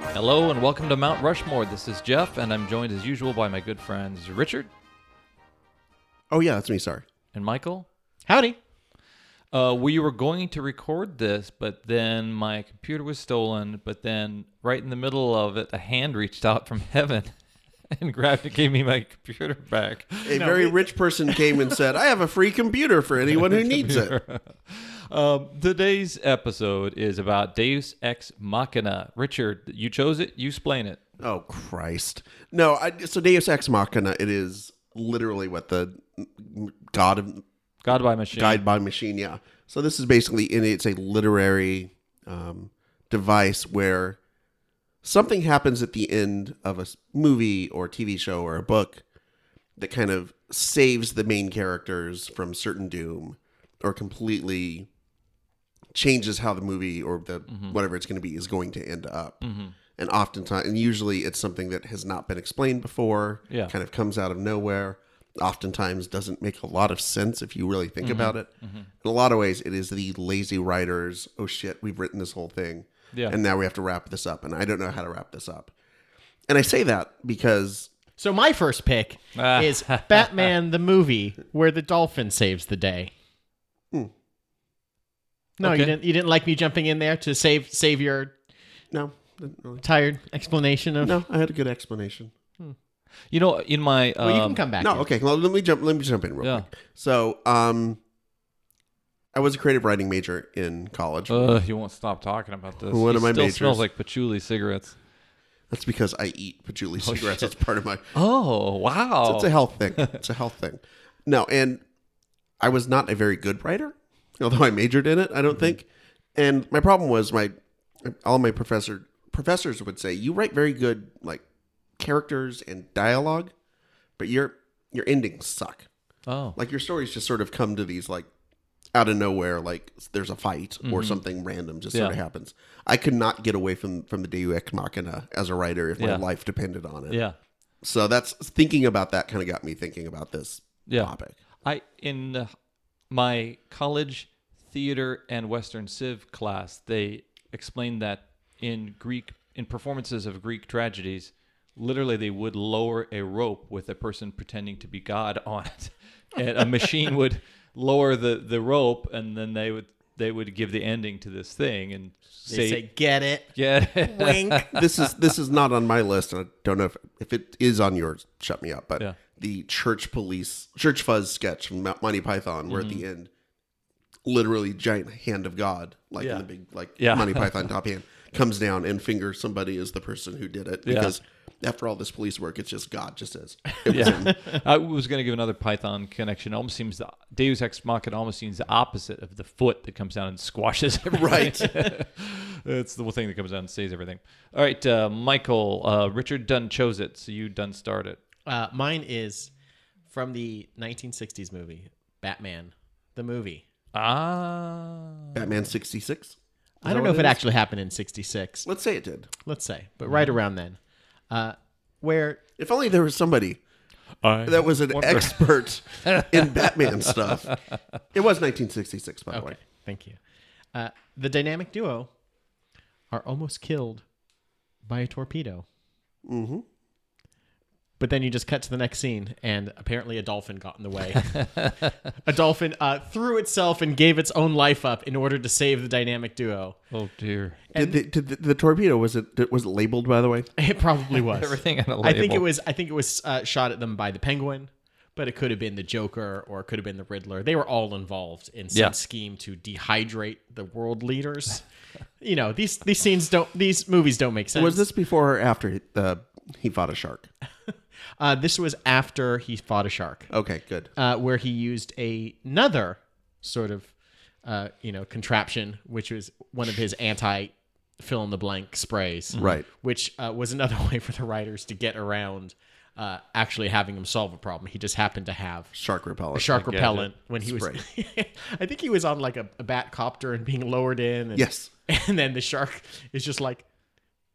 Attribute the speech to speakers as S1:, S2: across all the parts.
S1: Hello and welcome to Mount Rushmore. This is Jeff, and I'm joined as usual by my good friends Richard
S2: Oh yeah, that's me. Sorry.
S1: and Michael.
S3: Howdy.
S1: Uh, we were going to record this, but then my computer was stolen. But then, right in the middle of it, a hand reached out from heaven and grabbed and gave me my computer back.
S2: A very rich person came and said, "I have a free computer for anyone who needs it."
S1: Um, today's episode is about Deus Ex Machina. Richard, you chose it. You explain it.
S2: Oh Christ! No, I, so Deus Ex Machina. It is literally what the God of
S1: God by machine.
S2: Guide by Machine. Yeah. So this is basically in it's a literary um, device where something happens at the end of a s- movie or TV show or a book that kind of saves the main characters from certain doom or completely changes how the movie or the
S1: Mm-hmm.
S2: whatever it's going to be is going to end up. And oftentimes, and usually it's something that has not been explained before,
S1: Yeah.
S2: kind of comes out of nowhere, oftentimes doesn't make a lot of sense if you really
S1: Mm-hmm.
S2: think about it. In a lot of ways, it is the lazy writers, oh shit, we've written this whole thing.
S1: Yeah.
S2: And now we have to wrap this up. And I don't know how to wrap this up. And I say that because
S3: So my first pick is Batman the movie where the dolphin saves the day.
S2: Hmm.
S3: No,
S1: Okay.
S3: you didn't. You didn't like me jumping in there to save save your
S2: no, didn't really.
S3: tired explanation of.
S2: No, I had a good explanation.
S1: You know, in my um,
S3: Well, you can come back.
S2: No,
S3: in.
S2: okay. Well, let me jump. Let me jump in real
S1: Yeah.
S2: quick. So, um, I was a creative writing major in college.
S1: Ugh, you won't stop talking about this.
S2: One
S1: He
S2: of my
S1: still
S2: majors.
S1: smells like patchouli cigarettes.
S2: That's because I eat patchouli cigarettes. That's part of my.
S1: Oh wow!
S2: It's a health thing. It's a health thing. No, and I was not a very good writer, although I majored in it. I
S1: Mm-hmm.
S2: don't think. And my problem was my all my professor professors would say you write very good like characters and dialogue, but your your endings suck.
S1: oh,
S2: like your stories just sort of come to these like out of nowhere like there's a fight or something random just sort of
S1: Mm-hmm. Yeah.
S2: happens i could not get away from from the deus ex machina as a writer if
S1: Yeah.
S2: my life depended on it
S1: yeah,
S2: so that's thinking about that kind of got me thinking about this
S1: yeah.
S2: topic
S1: I in uh, my college theater and Western Civ class, they explained that in Greek in performances of Greek tragedies, literally they would lower a rope with a person pretending to be God on it, and a machine would lower the the rope, and then they would they would give the ending to this thing and
S3: They
S1: say,
S3: say get it.
S1: "Get it."
S3: Wink.
S2: this is this is not on my list and i don't know if, if it is on yours shut me up but
S1: Yeah.
S2: the church police church fuzz sketch from Mon- monty python where
S1: Mm-hmm.
S2: at the end literally giant hand of god like in the big like
S1: Yeah.
S2: monty python top hand comes down and fingers somebody as the person who did it because after all this police work it's just god just says it was him.
S1: I was going to give another Python connection. It almost seems the Deus Ex Machina almost seems the opposite of the foot that comes down and squashes everything.
S2: Right.
S1: it's the one thing that comes down and saves everything. All right, uh, Michael, uh, Richard Dunn chose it, so you Dunn started.
S3: Uh, mine is from the 1960s movie Batman the movie.
S1: Ah.
S2: batman 66
S3: I don't know if it actually happened in '66.
S2: let's say it did
S3: Let's say, but right
S2: Mm.
S3: around then, uh, where
S2: if only there was somebody
S1: I
S2: that was an
S1: wonder-
S2: expert in batman stuff it was 1966 by the way
S3: Okay, thank you. Uh, the dynamic duo are almost killed by a torpedo.
S2: mm-hmm
S3: But then you just cut to the next scene, and apparently a dolphin got in the way. a dolphin uh, threw itself and gave its own life up in order to save the dynamic duo.
S1: Oh, dear.
S2: Did the, did the, the torpedo was it did- was it labeled by the way?
S3: It probably was.
S1: Everything on a label.
S3: I think it was. I think it was uh, shot at them by the Penguin, but it could have been the Joker or it could have been the Riddler. They were all involved in some
S1: Yeah.
S3: scheme to dehydrate the world leaders. you know these these scenes don't these movies don't make sense.
S2: Was this before or after uh, he fought a shark?
S3: Uh, this was after he fought a shark,
S2: Okay, good.
S3: uh, where he used a- another sort of uh, you know contraption, which was one of his anti fill in the blank sprays.
S2: Right.
S3: which uh, was another way for the writers to get around uh, actually having him solve a problem. He just happened to have
S2: Shark repellent.
S3: a shark
S1: gadget.
S3: repellent when he was. I think he was on like a, a bat copter and being lowered in. And,
S2: Yes.
S3: and then the shark is just like.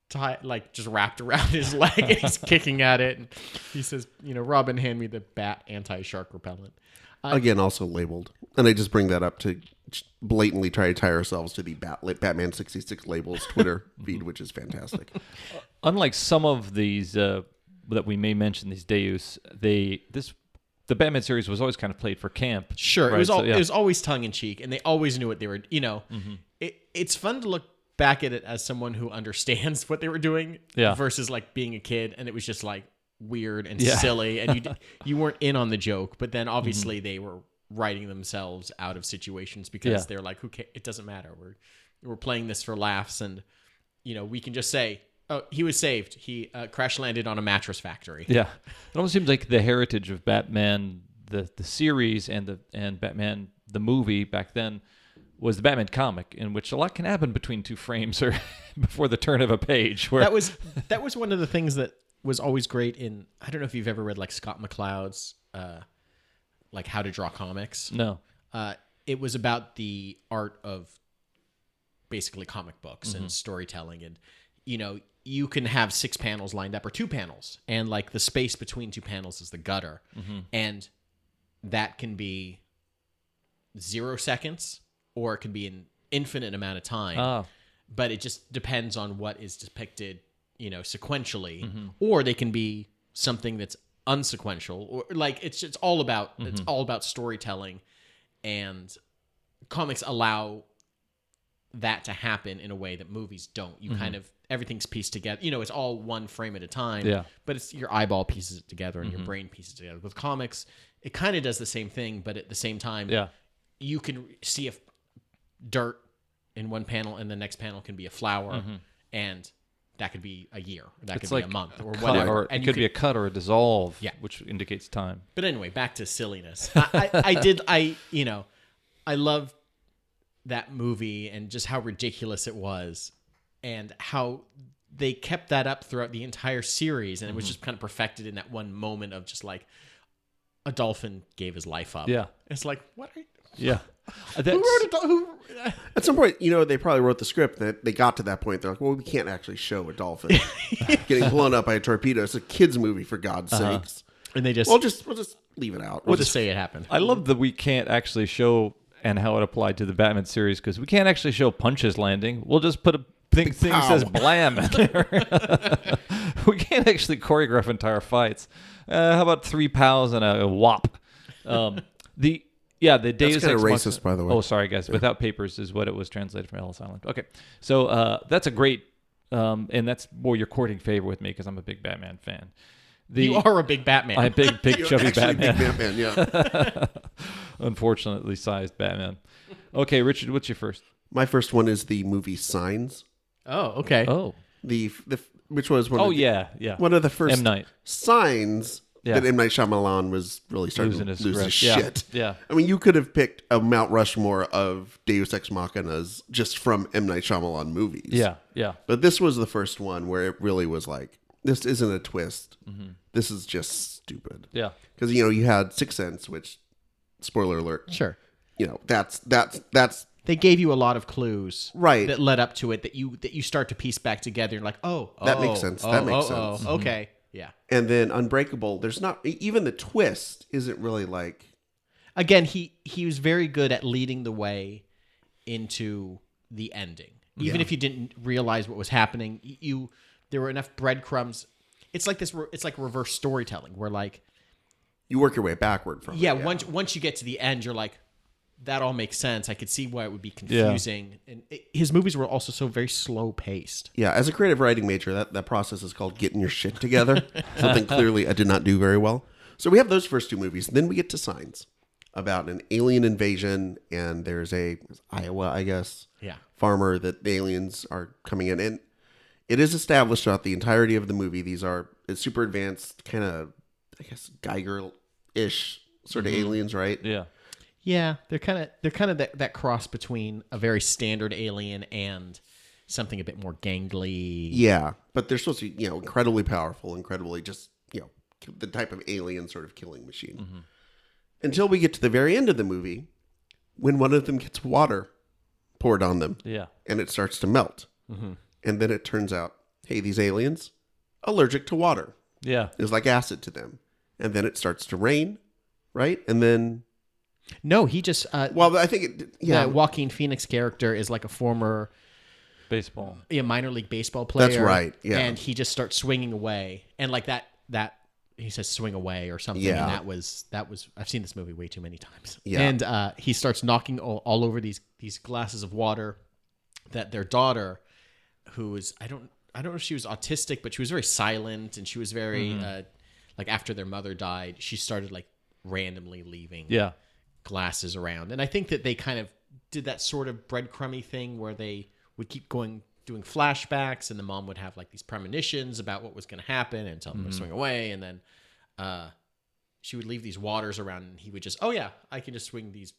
S3: Tie, like just wrapped around his leg and he's kicking at it and he says you know robin hand me the bat anti-shark repellent
S2: Again, also labeled. And I just bring that up to blatantly try to tie ourselves to the Bat- Batman 66 labels Twitter feed, which is fantastic.
S1: Unlike some of these uh, that we may mention, these Deus, they this the Batman series was always kind of played for camp.
S3: Sure, it
S1: right?
S3: was all,
S1: So, yeah. Mm-hmm.
S3: it was always tongue in cheek, and they always knew what they were. You know, it, it's fun to look back at it as someone who understands what they were doing,
S1: Yeah.
S3: versus like being a kid and it was just like weird and
S1: Yeah. Mm-hmm.
S3: silly, and you d- you weren't in on the joke. But then obviously they were writing themselves out of situations because
S1: Yeah.
S3: they're like, who ca- it doesn't matter. We're we're playing this for laughs, and you know we can just say. Oh, he was saved. He uh, crash landed on a mattress factory.
S1: Yeah, it almost seems like the heritage of Batman, the the series, and the and Batman the movie back then was the Batman comic, in which a lot can happen between two frames or before the turn of a page. Where
S3: that was that was one of the things that was always great in I don't know if you've ever read like Scott McCloud's uh like how to draw comics.
S1: no,
S3: Uh it was about the art of basically comic books and storytelling and you know, you can have six panels lined up or two panels and like the space between two panels is the gutter. And that can be 0 seconds or it can be an infinite amount of time
S1: ah,
S3: but it just depends on what is depicted, you know, sequentially,
S1: Mm-hmm.
S3: or they can be something that's unsequential, or like it's it's all about it's
S1: Mm-hmm.
S3: all about storytelling, and comics allow that to happen in a way that movies don't. You
S1: Mm-hmm.
S3: kind of everything's pieced together. You know, it's all one frame at a time.
S1: Yeah. Mm-hmm.
S3: But it's your eyeball pieces it together and your brain pieces it together. With comics, it kind of does the same thing, but at the same time,
S1: yeah,
S3: you can see if dirt in one panel and the next panel can be a flower and that could be a year that
S1: it's
S3: could
S1: like
S3: be a month or
S1: cut
S3: whatever
S1: or
S3: and
S1: it
S3: you
S1: could be a cut or a dissolve,
S3: Yeah.
S1: which indicates time.
S3: but anyway back to silliness I, I, I did i you know i love that movie and just how ridiculous it was and how they kept that up throughout the entire series and it was just kind of perfected in that one moment of just like a dolphin gave his life up
S1: Yeah,
S3: it's like what are you,
S1: yeah.
S3: who
S1: That's,
S3: wrote a dol- who
S2: At some point, you know, they probably wrote the script that they got to that point. They're like, well, we can't actually show a dolphin getting blown up by a torpedo. It's a kid's movie, for God's sakes.
S3: and they just
S2: We'll just, we'll just leave it out.
S3: Uh-huh. We'll
S2: We'll
S3: just say it happened.
S1: I love that we can't actually show and how it applied to the Batman series because we can't actually show punches landing. We'll just put a thing, thing that says
S2: pow.
S1: blam in there. we can't actually choreograph entire fights. Uh, how about three pows and a, whop? Um, the yeah, the Deus
S2: kinda
S1: Ex Machina-
S2: racist, by the way.
S1: Oh, sorry guys. Without papers is what it was translated from Ellis Island. Okay, so uh, that's a great, um, and that's more your courting favor with me because I'm a big Batman fan. The,
S3: You are a big Batman.
S1: I'm a big, big
S2: You're
S1: chubby
S2: actually
S1: Batman
S2: Big Batman, yeah.
S1: unfortunately sized Batman. Okay, Richard, what's your first?
S2: My first one is the movie Signs.
S3: oh, okay.
S1: Oh,
S2: The, the which was one
S1: oh
S2: of the,
S1: yeah, yeah.
S2: one of the first
S1: M Night
S2: signs
S1: Yeah.
S2: that M Night Shyamalan was really starting
S1: losing his
S2: to lose his
S1: grip. Yeah,
S2: shit.
S1: yeah.
S2: I mean, you could have picked a Mount Rushmore of Deus Ex Machinas just from M Night Shyamalan movies.
S1: Yeah, yeah,
S2: But this was the first one where it really was like, this isn't a twist.
S1: Mm-hmm.
S2: This is just stupid.
S1: yeah.
S2: Because you know you had Sixth Sense, which, spoiler alert,
S3: Sure.
S2: you know that's that's that's
S3: They gave you a lot of clues
S2: Right.
S3: that led up to it that you that you start to piece back together and like, oh,
S2: That
S3: oh,
S2: makes sense.
S3: oh,
S2: That makes
S3: oh, oh,
S2: sense.
S3: Okay.
S1: Mm-hmm.
S3: Yeah.
S2: and then Unbreakable. There's not e, even the twist isn't really like
S3: Again, he he was very good at leading the way into the ending. Even if you didn't realize what was happening, y- you there were enough breadcrumbs. It's like this re- it's like reverse storytelling where like
S2: you work your way backward from. it,
S3: yeah, once once you get to the end, you're like, that all makes sense. I could see why it would be confusing. And it, his movies were also so very slow paced.
S2: Yeah, as a creative writing major, that, that process is called getting your shit together. Something clearly I did not do very well. So we have those first two movies. Then we get to Signs about an alien invasion, and there's a Iowa, I guess,
S3: Yeah.
S2: farmer that the aliens are coming in. And it is established throughout the entirety of the movie. These are it's super advanced, kind of, I guess, Geiger ish sort
S3: Mm-hmm.
S2: of aliens, right?
S1: yeah.
S3: Yeah, they're kind of they're kind of that, that cross between a very standard alien and something a bit more gangly.
S2: Yeah, but they're supposed to be, you know, incredibly powerful, incredibly just, you know, ki- the type of alien sort of killing machine.
S1: Mm-hmm.
S2: Until we get to the very end of the movie when one of them gets water poured on them
S1: yeah.
S2: and it starts to melt.
S1: Mm-hmm.
S2: And then it turns out, hey, these aliens allergic to water
S1: Yeah,
S2: is like acid to them. And then it starts to rain, right? And then
S3: No, he just uh,
S2: Well, I think it, yeah,
S3: that Joaquin Phoenix character is like a former
S1: Baseball.
S3: a minor league baseball player.
S2: That's right, yeah.
S3: and he just starts swinging away, and like that that he says swing away or something.
S2: Yeah.
S3: and that was that was I've seen this movie way too many times.
S2: Yeah.
S3: and uh, he starts knocking all, all over these these glasses of water that their daughter, who is I don't I don't know if she was autistic, but she was very silent and she was very
S2: Mm-hmm.
S3: uh, like after their mother died, she started like randomly leaving
S1: Yeah.
S3: glasses around. And I think that they kind of did that sort of breadcrummy thing where they would keep going doing flashbacks and the mom would have like these premonitions about what was going to happen and tell them to swing away and then uh she would leave these waters around and he would just oh yeah i can just swing these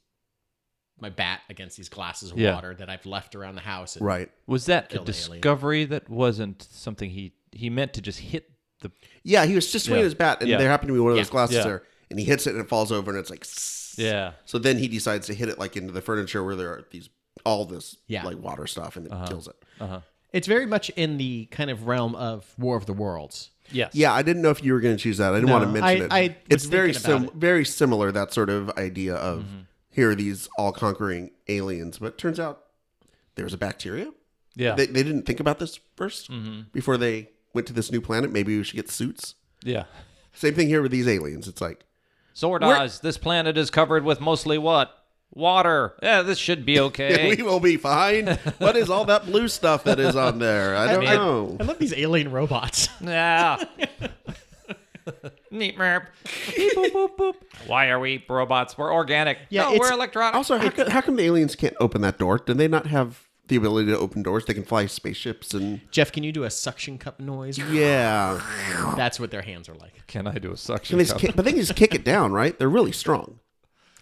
S3: my bat against these glasses of
S1: Yeah.
S3: water that i've left around the house and
S2: right.
S1: Was that
S3: Kill
S1: a
S3: the alien.
S1: discovery that wasn't something he he meant to just hit the
S2: Yeah, he was just swinging
S1: Yeah.
S2: his bat, and
S1: Yeah.
S2: there happened to be one of those
S3: Yeah.
S2: glasses
S1: Yeah.
S2: there, and he hits it, and it falls over, and it's like, "Sss."
S1: Yeah.
S2: So then he decides to hit it like into the furniture where there are these all this
S3: Yeah. Uh-huh.
S2: like water stuff, and it kills it.
S3: it's very much in the kind of realm of war of the worlds
S1: Yes.
S2: Yeah, I didn't know if you were going to choose that. I didn't
S3: No,
S2: want to mention
S3: I-
S2: it.
S3: I
S2: it's
S3: was
S2: very
S3: thinking about Mm-hmm.
S2: sim- very similar that sort of idea of here are these all conquering aliens, but it turns out there's a bacteria.
S1: Yeah.
S2: They they didn't think about this 1st
S3: Mm-hmm.
S2: before they went to this new planet. Maybe we should get suits.
S1: yeah.
S2: Same thing here with these aliens. It's like
S1: Sword Oz, this planet is covered with mostly what? Water. Yeah, this should be okay.
S2: we will be fine. What is all that blue stuff that is on there? I don't
S3: I-
S2: know.
S3: i love these alien robots
S1: yeah. Neat merp. Beep, boop, boop, boop. Why are we robots? We're organic.
S3: Yeah,
S1: no,
S3: it's-
S1: we're electronic.
S2: Also, Oh, how, co- how come the aliens can't open that door? Do they not have the ability to open doors? They can fly spaceships and
S3: jeff can you do a suction cup noise
S2: yeah.
S3: that's what their hands are like
S1: Can I do a
S2: Can
S1: suction
S2: they
S1: cup?
S2: just kick- but they can just kick it down, right? They're really strong.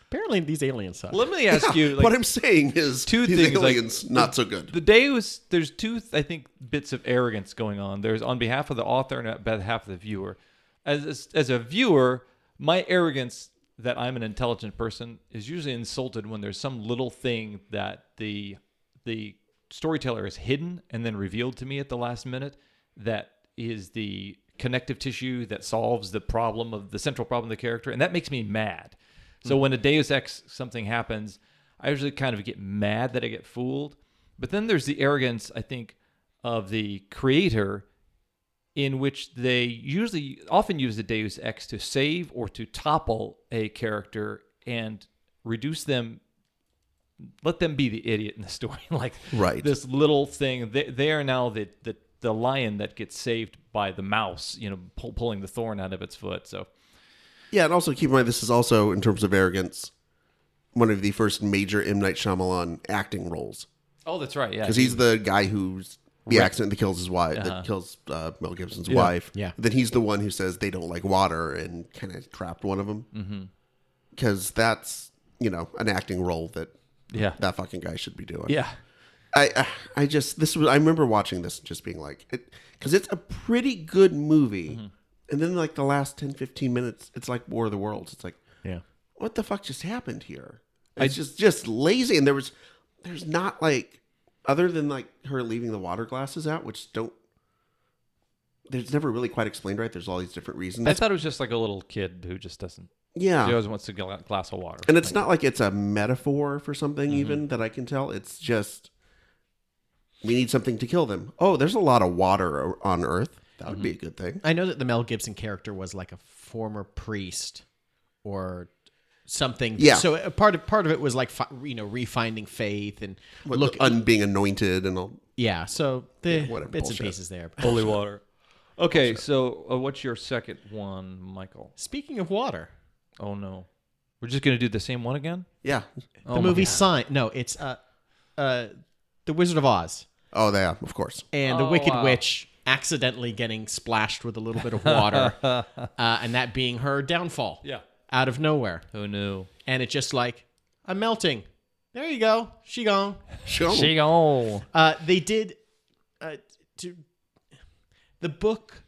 S3: apparently these aliens suck
S1: Let me ask you. Like,
S2: what I'm saying is,
S1: Two
S2: these
S1: things, like-
S2: aliens not so good.
S1: the day was there's two i think bits of arrogance going on there's on behalf of the author and on behalf of the viewer as as, as a viewer my arrogance that i'm an intelligent person is usually insulted when there's some little thing that the the storyteller is hidden and then revealed to me at the last minute that is the connective tissue that solves the problem of the central problem of the character and that makes me mad so when a deus ex something happens i usually kind of get mad that i get fooled but then there's the arrogance, I think, of the creator, in which they usually often use the Deus Ex to save or to topple a character and reduce them, let them be the idiot in the story. like
S2: Right.
S1: this little thing, they, they are now the, the, the lion that gets saved by the mouse, you know, pull, pulling the thorn out of its foot. So,
S2: Yeah, and also keep in mind this is also in terms of arrogance, one of the first major M Night Shyamalan acting roles
S1: oh, that's right. Yeah.
S2: because he's the guy who's the accident that kills his wife, that kills uh, Mel Gibson's wife.
S3: Uh-huh. Yeah.
S2: Then he's the one who says they don't like water and kind of trapped one of
S3: Mm-hmm.
S2: them because that's you know an acting role that
S1: yeah.
S2: that fucking guy should be doing.
S1: Yeah.
S2: I I- I just this was I remember watching this and just being like it because it's a pretty good movie,
S3: Mm-hmm.
S2: and then like the last 10, 15 minutes, it's like War of the Worlds. It's like
S3: yeah
S2: what the fuck just happened here? It's just just lazy, and there was there's not like other than like her leaving the water glasses out, which don't. There's never really quite explained right. There's all these different reasons.
S1: I thought it was just like a little kid who just doesn't,
S2: yeah,
S1: he always wants to get a glass of water.
S2: Ah. and it's not like it's a metaphor for something
S3: Mm-hmm.
S2: even that I can tell. It's just we need something to kill them. Oh, there's a lot of water o- on Earth. That would be a
S3: Mm-hmm.
S2: good thing.
S3: I know that the Mel Gibson character was like a former priest or something.
S2: Yeah.
S3: So a part of part of it was like fi- you know refinding faith and
S2: But
S3: look.
S2: Look, un being anointed and all.
S3: yeah. So the
S2: whatever,
S3: bits
S2: bullshit.
S3: and pieces there.
S1: Holy water. Okay, so uh, what's your second one, Michael?
S3: Speaking of water,
S1: Oh no, we're just gonna do the same one again.
S2: Yeah.
S1: Oh
S3: the
S1: my
S3: movie
S1: God.
S3: Sign. No, it's uh, uh, The Wizard of Oz
S2: Oh, yeah. Of course.
S3: and the
S1: Oh,
S3: Wicked
S1: wow.
S3: Witch accidentally getting splashed with a little bit of water, uh, and that being her downfall.
S1: Yeah. Oh,
S3: Out of nowhere,
S1: Who knew?
S3: and it just like I'm melting. There you go. She gone.
S2: Sure.
S1: go.
S3: Uh, they did. Uh, to, the book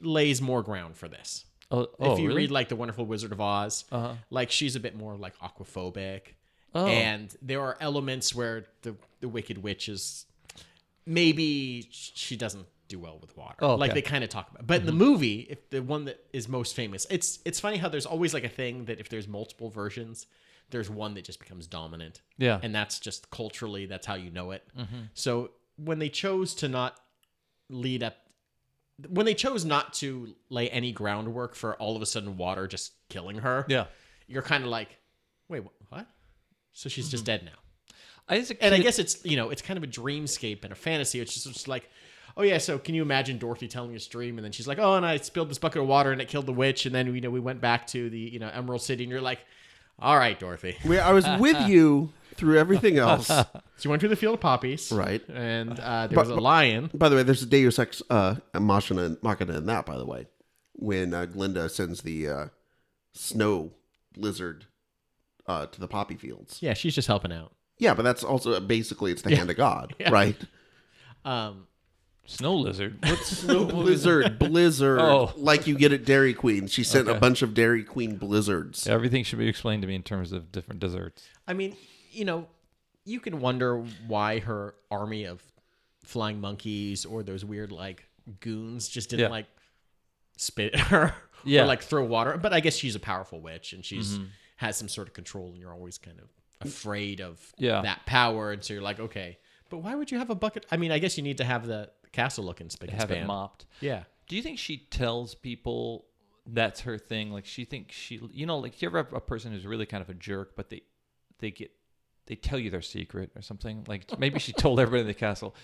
S3: lays more ground for this.
S1: Oh,
S3: if you
S1: really?
S3: read like the Wonderful Wizard of Oz,
S1: Uh-huh.
S3: like she's a bit more like aquaphobic,
S1: Oh.
S3: and there are elements where the the Wicked Witch is maybe she doesn't do well with water.
S1: Oh, okay. Mm-hmm.
S3: Like they kind of talk about. But in the movie, if the one that is most famous, it's it's funny how there's always like a thing that if there's multiple versions, there's one that just becomes dominant.
S1: Yeah.
S3: And that's just culturally that's how you know it. So when they chose to not lead up when they chose not to lay any groundwork for all of a sudden water just killing her,
S1: yeah.
S3: you're kind of like, wait, wh- what? So she's just dead now
S1: I, as a
S3: and I
S1: kid-
S3: guess it's you know it's kind of a dreamscape and a fantasy. It's just, it's like, oh yeah, so can you imagine Dorothy telling this dream, and then she's like, oh, and I spilled this bucket of water and it killed the witch, and then you know we went back to the you know Emerald City, and you're like, all right, Dorothy,
S2: Where I was with you through everything else.
S3: so you went through the field of poppies,
S2: Right.
S3: And uh, there
S2: But-
S3: was a lion.
S2: By the way, there's a Deus Ex uh, Machina, Machina in that, by the way, when uh, Glinda sends the uh, snow lizard uh, to the poppy fields.
S3: Yeah, she's just helping out.
S2: Yeah, but that's also basically it's the hand of God,
S3: Yeah.
S2: right?
S3: Um,
S1: snow lizard. What's
S2: blizzard, blizzard,
S1: Oh.
S2: like you get at Dairy Queen. She sent a
S1: Okay.
S2: bunch of Dairy Queen blizzards.
S1: Everything should be explained to me in terms of different desserts.
S3: I mean, you know, you can wonder why her army of flying monkeys or those weird like goons just didn't
S1: Yeah.
S3: like spit at her
S1: Yeah. Mm-hmm.
S3: or like throw water. But I guess she's a powerful witch and she's has some sort of control, and you're always kind of afraid of
S1: Yeah.
S3: that power, and so you're like, okay, but why would you have a bucket? I mean, I guess you need to have the castle looking spick and
S1: Have it
S3: span.
S1: mopped.
S3: Yeah.
S1: Do you think she tells people that's her thing? Like she thinks she, you know, like you ever have a person who's really kind of a jerk, but they, they get, they tell you their secret or something. Like maybe she told everybody in the castle,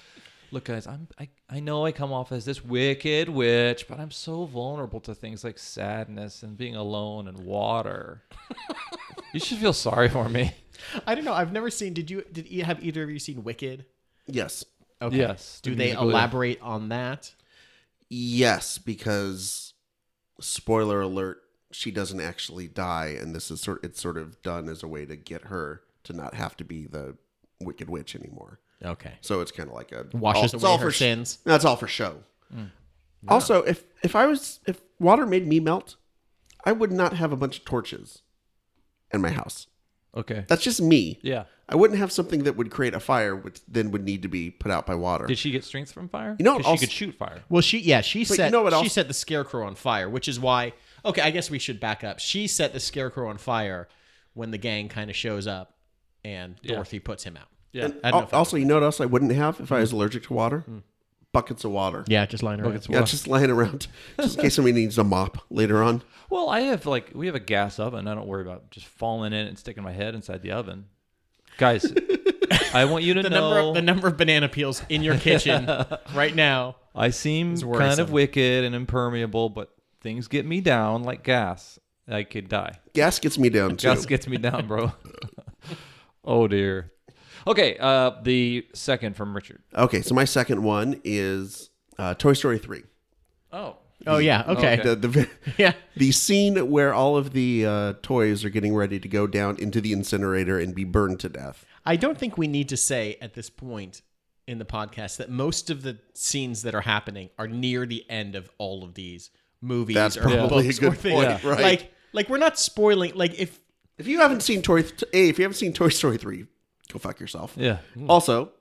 S1: "Look, guys, I'm, I, I know I come off as this wicked witch, but I'm so vulnerable to things like sadness and being alone and water. you should feel sorry for me."
S3: I don't know. I've never seen. Did you? Did you have either of you seen Wicked?
S2: Yes,
S3: Okay.
S1: Yes, the
S3: Do they
S1: musical, yeah.
S3: elaborate on that?
S2: yes, because spoiler alert, she doesn't actually die, and this is sort. It's sort of done as a way to get her to not have to be the Wicked Witch anymore.
S3: Okay.
S2: So it's kind of like a
S3: washes
S2: all- it's
S3: away
S2: all
S3: her
S2: for sh-
S3: sins. Hmm.
S2: That's all for show. Also, if if I was if water made me melt, I would not have a bunch of torches in my house.
S1: Okay.
S2: That's just me.
S1: Yeah.
S2: I wouldn't have something that would create a fire, which then would need to be put out by water.
S1: Did she get strength from fire?
S2: You know,
S1: 'Cause she
S2: also-
S1: could shoot fire.
S3: Well, she yeah she
S2: you
S3: set
S2: know what
S3: she
S2: else-
S3: set the scarecrow on fire, which is why okay I guess we should back up. She set the scarecrow on fire when the gang kind of shows up and
S1: Yeah.
S3: Dorothy puts him out.
S1: Yeah.
S2: And
S3: I don't know
S2: al-
S3: if I-
S2: also, you know what else I wouldn't have if I was allergic to water? Buckets of water.
S3: Yeah, just lying around.
S1: Buckets of
S2: Yeah,
S1: Hmm. water.
S2: just lying around, just in case somebody needs a mop later on.
S1: Well, I have like we have a gas oven. I don't worry about just falling in and sticking my head inside the oven. Guys, I want you to
S3: The
S1: know
S3: number of, the number of banana peels in your kitchen right now.
S1: I seem
S3: is
S1: kind of
S3: worrisome.
S1: wicked and impermeable, but things get me down like gas. I could die.
S2: Gas gets me down too.
S1: Gas gets me down, bro. oh dear. Okay, uh the second from Richard.
S2: okay, so my second one is uh, Toy Story three.
S1: Oh.
S3: Oh yeah, okay,
S1: Okay.
S2: The the
S3: yeah.
S2: the scene where all of the uh, toys are getting ready to go down into the incinerator and be burned to death.
S3: I don't think we need to say at this point in the podcast that most of the scenes that are happening are near the end of all of these movies
S2: That's
S3: or
S2: probably a
S3: books
S2: good
S3: or things.
S2: point, right.
S3: Like like we're not spoiling like if
S2: If you haven't seen Toy, hey, if you haven't seen Toy Story three, go fuck yourself.
S1: Yeah. Hmm.
S2: Also,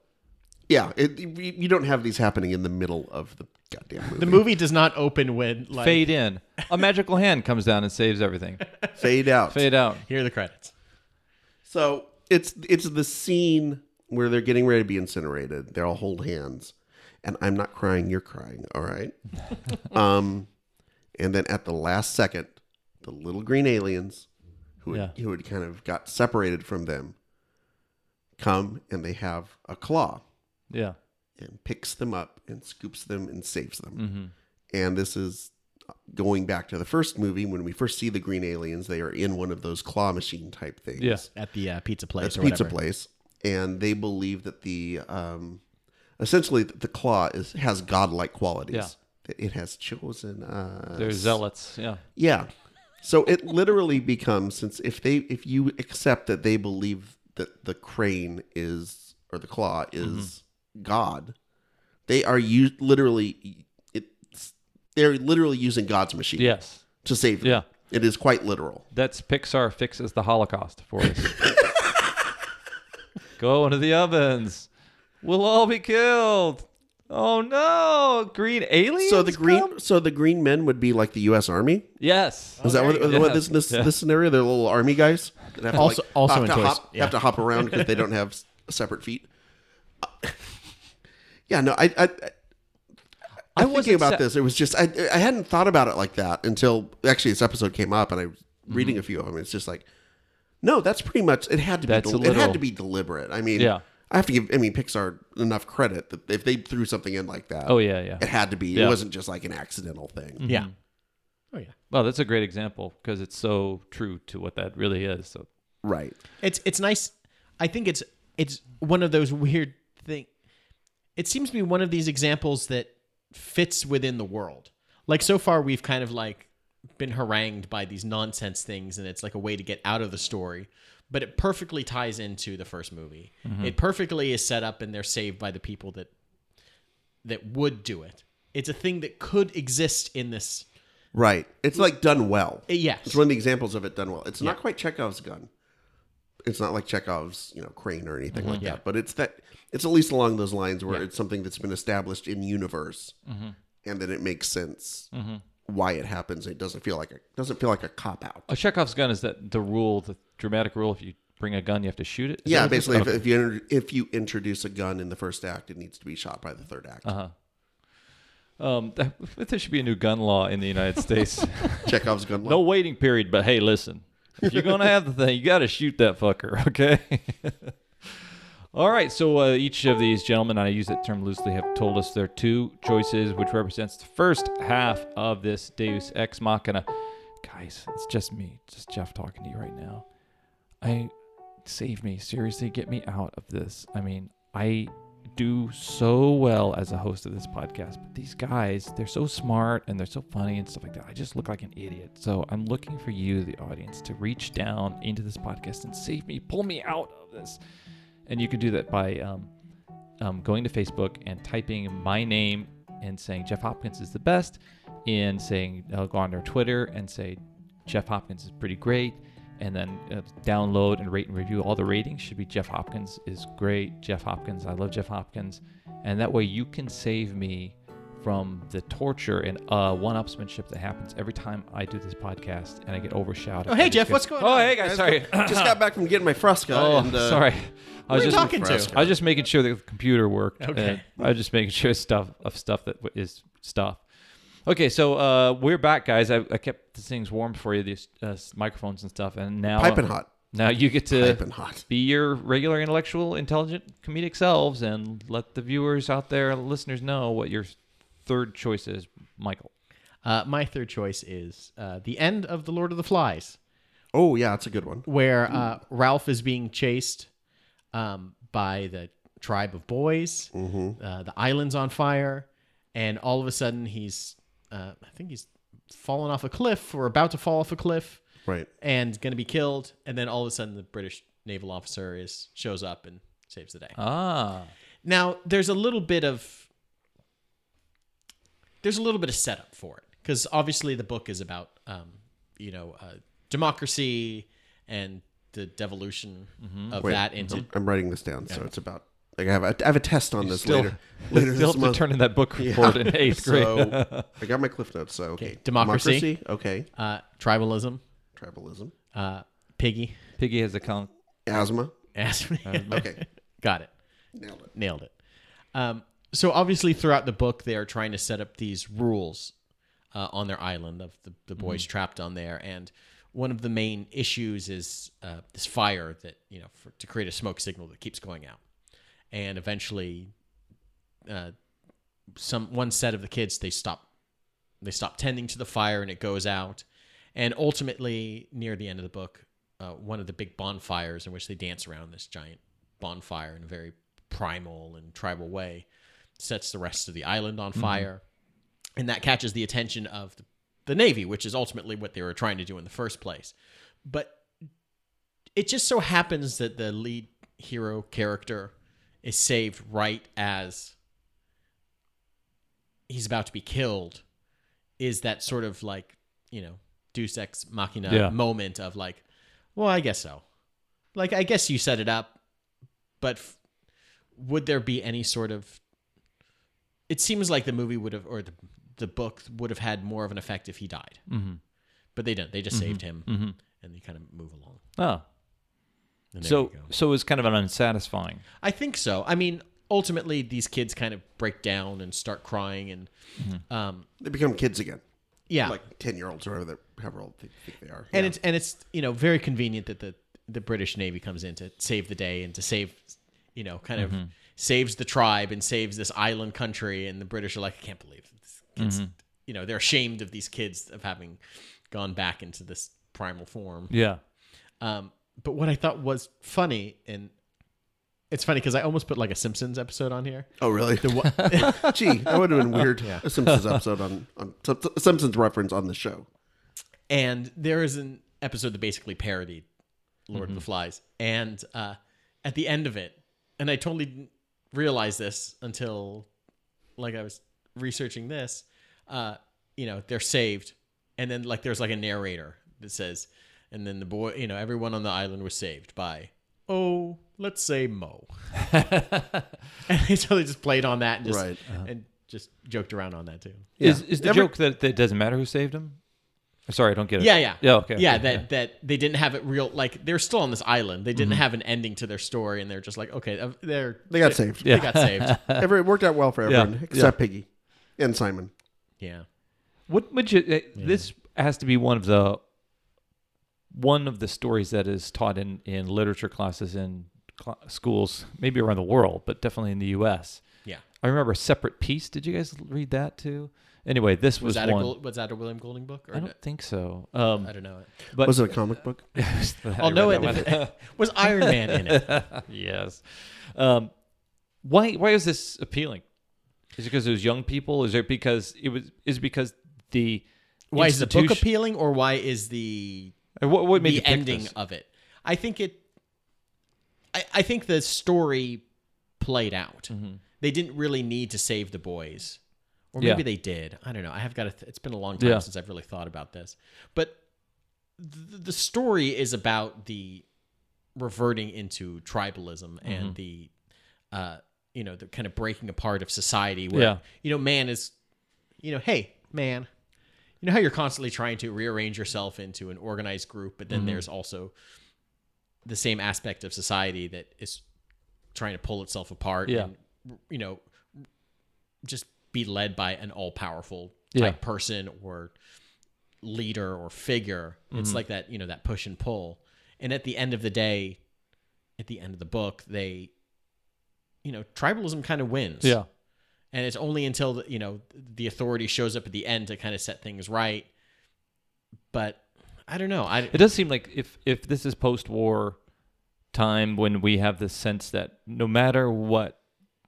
S2: yeah, it, you you don't have these happening in the middle of the goddamn movie.
S3: the movie does not open when like
S1: Fade in. A magical hand comes down and saves everything.
S2: Fade out.
S1: Fade out.
S3: Here are the credits.
S2: So it's it's the scene where they're getting ready to be incinerated. They all hold hands, and I'm not crying. You're crying. All right. um, and then at the last second, the little green aliens, who had, who had kind of got separated from them, come and they have a claw
S1: Yeah.
S2: and picks them up and scoops them and saves them. And this is going back to the first movie when we first see the green aliens. They are in one of those claw machine type things.
S1: Yeah.
S3: at the uh, pizza place
S2: It's
S3: or
S2: a pizza
S3: whatever.
S2: place, and they believe that the um, essentially that the claw is has godlike qualities.
S1: Yeah.
S2: That It has chosen us.
S1: They're zealots. Yeah.
S2: yeah. So it literally becomes since if they if you accept that they believe that the crane is or the claw is God, they are you literally it's they're literally using God's machine
S1: Yes.
S2: to save them.
S1: Yeah.
S2: It is quite literal.
S1: That's Pixar fixes the Holocaust for us. Go into the ovens. We'll all be killed. Oh no, green aliens.
S2: So the green,
S1: come?
S2: so the green men would be like the U.S. Army.
S1: Yes.
S2: Is that what,
S1: you go.
S2: what this this
S1: Yeah.
S2: this scenario? They're little army guys that have to
S3: Also-
S2: like,
S3: also
S2: have
S3: in
S2: to
S3: toys,
S2: hop,
S3: yeah.
S2: have to hop around because they don't have s- separate feet. Uh, yeah, no, I I, I,
S1: I
S2: I
S1: wasn't
S2: thinking about
S1: sa-
S2: this. It was just I I hadn't thought about it like that until actually this episode came up and I was reading
S1: Mm-hmm.
S2: a few of them. It's just like, no, that's pretty much it had to be
S1: That's
S2: del- it
S1: literal.
S2: had to be deliberate. I mean,
S1: Yeah.
S2: I have to give I mean Pixar enough credit that if they threw something in like that,
S1: Oh yeah, yeah.
S2: it had to be.
S1: Yeah. Mm.
S2: It wasn't just like an accidental thing.
S3: Yeah. Oh yeah.
S1: Well, that's a great example because it's so true to what that really is. So
S2: Right.
S3: It's it's nice. I think it's it's one of those weird thing. It seems to be one of these examples that fits within the world. Like so far we've kind of like been harangued by these nonsense things and it's like a way to get out of the story, but it perfectly ties into the first movie. It perfectly is set up and they're saved by the people that that would do it. It's a thing that could exist in this.
S2: Right. It's like done well.
S1: Uh,
S3: Yes.
S2: It's one of the examples of it done well. It's not quite Chekhov's gun. It's not like Chekhov's, you know, crane or anything
S1: Mm-hmm.
S2: like
S3: Yeah.
S2: that. But it's that it's at least along those lines where it's something that's been established in universe,
S1: Mm-hmm.
S2: and then it makes sense why it happens. It doesn't feel like a doesn't feel like a cop out.
S1: a Chekhov's gun is that the rule, the dramatic rule. If you bring a gun, you have to shoot it. Is
S2: yeah,
S1: that what it's-
S2: basically, if,
S1: Okay.
S2: if you inter- if you introduce a gun in the first act, it needs to be shot by the third act.
S1: Uh-huh. Um, that, there should be a new gun law in the United States.
S2: Chekhov's gun.
S1: no waiting period. But hey, listen, if you're gonna have the thing, you got to shoot that fucker. Okay. All right, so uh, each of these gentlemen, and I use that term loosely, have told us their two choices, which represents the first half of this Deus Ex Machina. Guys, it's just me, just Jeff talking to you right now. I save me, seriously, get me out of this. I mean, I do so well as a host of this podcast, but these guys, they're so smart and they're so funny and stuff like that. I just look like an idiot. So I'm looking for you, the audience, to reach down into this podcast and save me, pull me out of this. And you can do that by um, um, going to Facebook and typing my name and saying Jeff Hopkins is the best, and saying uh, go on their Twitter and say Jeff Hopkins is pretty great, and then uh, download and rate and review. All the ratings should be Jeff Hopkins is great, Jeff Hopkins, I love Jeff Hopkins, and that way you can save me from the torture and uh, one-upsmanship that happens every time I do this podcast and I get overshadowed.
S3: Oh, hey,
S1: by these
S3: Jeff,
S1: guys.
S3: what's going
S1: Oh
S3: on?
S1: hey guys, sorry.
S2: Just got back from getting my Fresca.
S1: Oh,
S2: and, uh,
S1: sorry. I was
S3: Who are you
S1: just
S3: talking to?
S2: Nebraska.
S1: I was just making sure that the computer worked.
S3: Okay.
S1: Uh, I was just making sure stuff of stuff that w- is stuff. Okay, so uh, we're back, guys. I, I kept the things warm for you, these uh, s- microphones and stuff, and now
S2: Piping hot.
S1: Now you get to
S2: Piping hot.
S1: be your regular intellectual, intelligent, comedic selves, and let the viewers out there, listeners, know what your third choice is, Michael.
S3: Uh, my third choice is uh, the end of the Lord of the Flies.
S2: Oh yeah, it's a good one.
S3: where uh, Ralph is being chased um, by the tribe of boys. Uh, the island's on fire, and all of a sudden he's, uh, I think he's fallen off a cliff or about to fall off a cliff
S2: Right.
S3: and going to be killed. And then all of a sudden the British naval officer is shows up and saves the day.
S1: Ah,
S3: Now, there's a little bit of there's a little bit of setup for it because obviously the book is about um, you know uh, democracy and the devolution of
S2: Mm-hmm. Wait,
S3: that into
S2: I'm writing this down, so it's about like I have a, I have a test on this later.
S1: still
S2: Later this
S1: have to
S2: month.
S1: turn in that book report in eighth grade.
S2: So I got my cliff notes. So okay,
S3: democracy.
S2: okay,
S3: uh, tribalism,
S2: tribalism,
S3: uh, piggy,
S1: Piggy has a con-
S2: asthma.
S3: ask me.
S2: Uh, Okay,
S3: Got it.
S2: nailed it.
S3: Nailed it. Um, so obviously, throughout the book, they are trying to set up these rules uh, on their island of the, the boys trapped on there, and one of the main issues is uh, this fire that you know for, to create a smoke signal that keeps going out, and eventually, uh, some one set of the kids they stop they stop tending to the fire and it goes out, and ultimately near the end of the book, uh, one of the big bonfires in which they dance around this giant bonfire in a very primal and tribal way sets the rest of the island on fire and that catches the attention of the, the navy which is ultimately what they were trying to do in the first place but it just so happens that the lead hero character is saved right as he's about to be killed is that sort of like you know deus ex machina
S1: Yeah.
S3: moment of like well i guess so like i guess you set it up but f- would there be any sort of it seems like the movie would have or the the book would have had more of an effect if he died. Mm-hmm. But they didn't. They just saved him, and they kind of move along.
S1: Oh,
S3: And there
S1: so
S3: we go.
S1: so it was kind of an unsatisfying.
S3: I think so. I mean, ultimately, these kids kind of break down and start crying, and um,
S2: They become kids again,
S3: yeah,
S2: like ten year olds or however, however old they think they are.
S3: and
S2: Yeah.
S3: it's and it's you know very convenient that the the British Navy comes in to save the day and to save, you know, kind of saves the tribe and saves this island country, and the British are like, I can't believe this kids, you know, they're ashamed of these kids of having gone back into this primal form.
S1: Yeah.
S3: Um, but what I thought was funny, and it's funny because I almost put like a Simpsons episode on here.
S2: oh really? Gee, that would have been weird. A Simpsons episode on on a Simpsons reference on the show.
S3: and there is an episode that basically parodied Lord of the Flies, and uh, at the end of it, and I totally didn't realize this until like I was researching this. Uh, you know, they're saved, and then like there's like a narrator that says, and then the boy, you know, everyone on the island was saved by oh, let's say Mo, and they totally just played on that and just
S2: Right.
S3: and just joked around on that too.
S1: Is is the
S2: Every-
S1: joke that, that it doesn't matter who saved him? Sorry, I don't get it.
S3: Yeah, yeah,
S1: Yeah, Mm-hmm. okay.
S3: yeah.
S1: okay,
S3: that that they didn't have it real. Like they're still on this island. They didn't have an ending to their story, and they're just like, okay, uh, they're
S2: They got saved.
S3: they got saved.
S2: Every, it worked out well for
S1: Yeah.
S2: everyone except Piggy and Simon.
S3: Yeah,
S1: What would you? eh, This has to be one of the one of the stories that is taught in in literature classes in cl- schools, maybe around the world, but definitely in the U.S.
S3: yeah.
S1: I remember a separate piece. Did you guys read that too? Anyway, this
S3: Was,
S1: was,
S3: that a
S1: one.
S3: Gold, was that a William Golding book? Or
S1: I
S3: no-
S1: don't think so. Um,
S3: I don't know. It.
S1: but
S2: Was it a comic book?
S3: I'll know it. if it- was Iron Man in it?
S1: yes. Um, why why is this appealing? Is it because it was young people? Is it because it was? Is it because the
S3: Why is the book
S1: institution-
S3: appealing, or why is the
S1: What, what made you
S3: the
S1: pick
S3: ending
S1: this?
S3: of it? I think it. I, I think the story played out.
S1: Mm-hmm.
S3: They didn't really need to save the boys, or
S1: Yeah.
S3: maybe they did. I don't know. I have got. A th- it's been a long time
S1: Yeah.
S3: since I've really thought about this, but the, the story is about the reverting into tribalism
S1: Mm-hmm.
S3: and the, uh, you know, the kind of breaking apart of society where
S1: Yeah.
S3: you know man is, you know, hey man, you know how you're constantly trying to rearrange yourself into an organized group, but
S1: Mm-hmm.
S3: then there's also the same aspect of society that is trying to pull itself apart
S1: Yeah.
S3: and you know just be led by an all-powerful type
S1: Yeah.
S3: person or leader or figure.
S1: Mm-hmm.
S3: It's like that, you know, that push and pull. And at the end of the day, at the end of the book, they you know, tribalism kind of wins.
S1: Yeah.
S3: And it's only until the, you know the authority shows up at the end to kind of set things right. But I don't know. I
S1: It does seem like if if this is post-war time when we have this sense that no matter what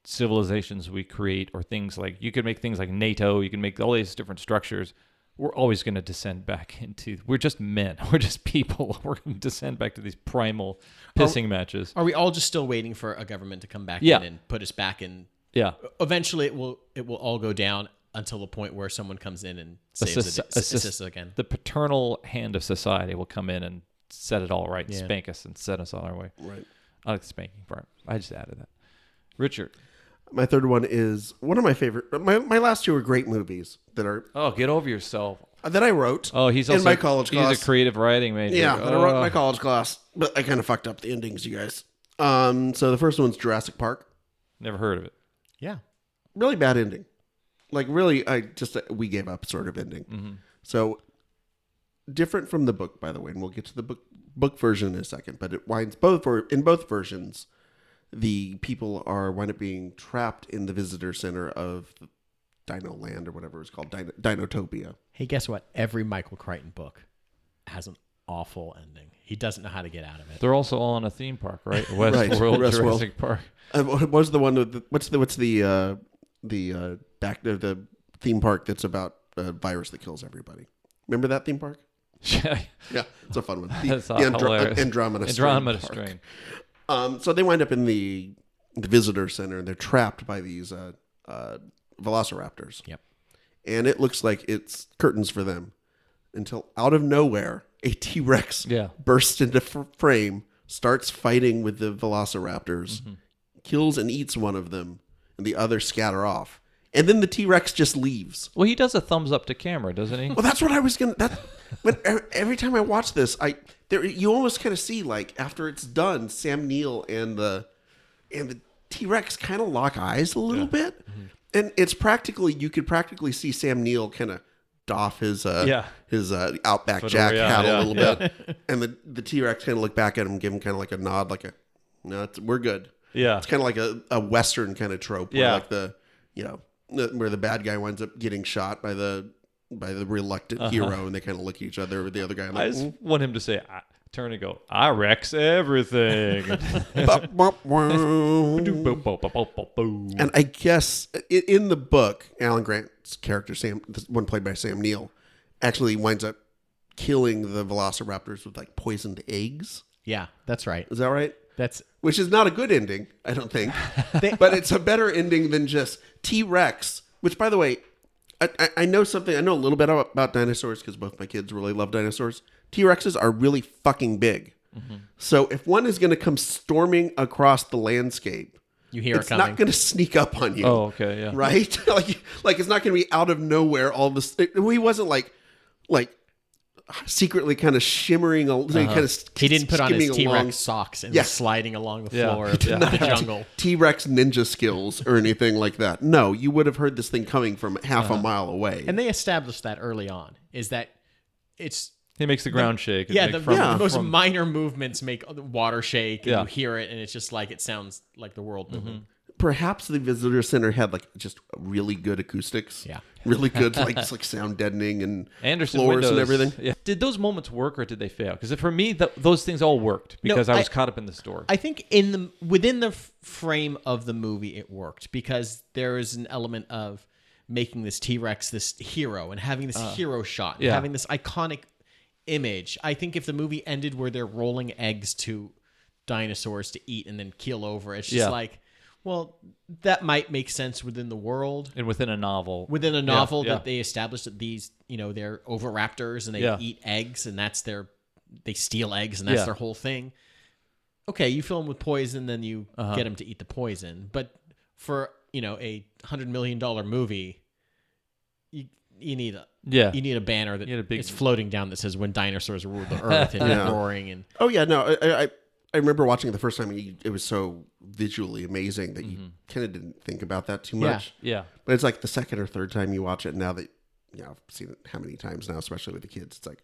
S1: civilizations we create or things like you can make things like NATO, you can make all these different structures, we're always going to descend back into we're just men, we're just people, we're going to descend back to these primal pissing matches.
S3: are we all just still waiting for a government to come back
S1: Yeah.
S3: in and put us back in?
S1: Yeah,
S3: Eventually, it will it will all go down until the point where someone comes in and saves
S1: Assist-
S3: the,
S1: assist-
S3: assists again.
S1: the paternal hand of society will come in and set it all right,
S3: Yeah.
S1: spank us and set us on our way.
S2: Right.
S1: I like the spanking part. I just added that. Richard,
S2: My third one is one of my favorite. My, my last two are great movies that are
S1: oh, get over yourself.
S2: Uh, that I wrote.
S1: Oh, he's
S2: in
S1: also
S2: my college
S1: He's
S2: class.
S1: a creative writing major.
S2: yeah, that I wrote in
S1: Oh.
S2: my college class, but I kind of fucked up the endings, you guys. Um, so the first one's Jurassic Park.
S1: Never heard of it.
S3: Yeah,
S2: Really bad ending. Like really, I just uh, we gave up sort of ending.
S1: Mm-hmm.
S2: So different from the book, by the way, and we'll get to the book book version in a second. But it winds both for in both versions, the people are wind up being trapped in the visitor center of Dino Land or whatever it's called, Dino, Dinotopia.
S3: Hey, guess what? Every Michael Crichton book has an awful ending. He doesn't know how to get out of it.
S1: They're also all in a theme park, right? Westworld,
S2: Westworld.
S1: Jurassic Park.
S2: Uh, what was the one with the, what's the what's the uh, the uh, back the, the theme park that's about a virus that kills everybody? Remember that theme park?
S1: Yeah,
S2: Yeah, it's a fun one. The,
S1: That's
S2: the
S1: all
S2: Andro-
S1: hilarious.
S2: Andromeda Strain
S1: Andromeda
S2: Park.
S1: Strain.
S2: Um, so they wind up in the the visitor center and they're trapped by these uh, uh, velociraptors.
S3: Yep.
S2: And it looks like it's curtains for them until out of nowhere a T Rex
S1: Yeah.
S2: bursts into f- frame, starts fighting with the velociraptors, kills and eats one of them, and the others scatter off. and then the T Rex just leaves.
S1: Well, he does a thumbs up to camera, doesn't he?
S2: Well, that's what I was gonna. That, but e- every time I watch this, I there you almost kind of see like after it's done, Sam Neill and the and the T Rex kind of lock eyes a little bit,
S1: Mm-hmm.
S2: and it's practically you could practically see Sam Neill kind of doff his uh
S1: Yeah.
S2: his uh Outback Jack
S1: yeah,
S2: hat
S1: yeah,
S2: a little
S1: yeah.
S2: bit, and the the T Rex kind of look back at him, give him kind of like a nod, like a no, it's, we're good.
S1: yeah.
S2: It's kind of like a, a western kind of trope, where
S1: Yeah.
S2: like the you know the- where the bad guy winds up getting shot by the by the reluctant hero, and they kind of look at each other with the other guy
S1: Uh-huh. I
S2: like,
S1: just want him to say, I, turn and go, I Rex everything.
S2: "Bop, bop, wow."
S1: and
S2: and I guess i- in the book, Alan Grant's character Sam, this one played by Sam Neill, actually winds up killing the Velociraptors with like poisoned eggs.
S3: Yeah, that's right.
S2: Is that right?
S3: That's
S2: Which is not a good ending, I don't think. but it's a better ending than just T Rex, which, by the way, I, I, I know something, I know a little bit about, about dinosaurs because both my kids really love dinosaurs. T Rexes are really fucking big.
S3: Mm-hmm.
S2: So if one is going to come storming across the landscape,
S3: you hear
S2: it's
S3: it coming.
S2: not going to sneak up on you.
S1: oh, okay, yeah.
S2: Right? like, like it's not going to be out of nowhere all this. It, he wasn't like, like, secretly kind of shimmering, kind of
S3: Uh-huh. he didn't put on his T
S2: along.
S3: Rex socks and
S2: Yeah.
S3: was sliding along the
S1: Yeah.
S3: floor of the, the jungle.
S2: T Rex ninja skills or anything like that. No, you would have heard this thing coming from half a mile away.
S3: Uh-huh. And they established that early on is that it's
S1: He makes the ground shake.
S3: yeah,
S1: like
S3: the,
S1: from-
S2: yeah.
S3: the most
S1: from-
S3: minor movements make the water shake and
S1: Yeah. Mm-hmm.
S3: you hear it and it's just like it sounds like the world moving.
S2: Perhaps the visitor center had like just really good acoustics.
S3: Yeah.
S2: really good like just, like sound deadening and
S1: Anderson
S2: floors
S1: windows.
S2: and everything.
S1: Yeah. Did those moments work or did they fail? Because for me, th those things all worked because I was
S3: I-
S1: caught up in the story.
S3: I think in the within the f- frame of the movie, it worked because there is an element of making this T Rex this hero and having this hero shot,
S1: Uh,
S3: and
S1: yeah.
S3: having this iconic image. I think if the movie ended where they're rolling eggs to dinosaurs to eat and then keel over, it's just
S1: Yeah.
S3: like, well, that might make sense within the world.
S1: and within a novel.
S3: Within a novel
S1: yeah.
S3: that they established that these, you know, they're oviraptors and they
S1: Yeah.
S3: eat eggs and that's their, they steal eggs and that's
S1: Yeah.
S3: their whole thing okay, you fill them with poison, then you
S1: Uh-huh.
S3: get them to eat the poison. But for you know a hundred million dollar movie, you you need a
S1: yeah.
S3: you need a banner that
S1: You need a big-
S3: is floating down that says "When dinosaurs ruled the earth" and
S2: Yeah.
S3: roaring and
S2: Oh yeah, no, I- I I, I remember watching it the first time and you, it was so visually amazing that you kind of didn't think about that too
S3: Mm-hmm. Yeah.
S2: much.
S1: yeah.
S2: But it's like the second or third time you watch it now that you know, I've seen it how many times now, especially with the kids, it's like,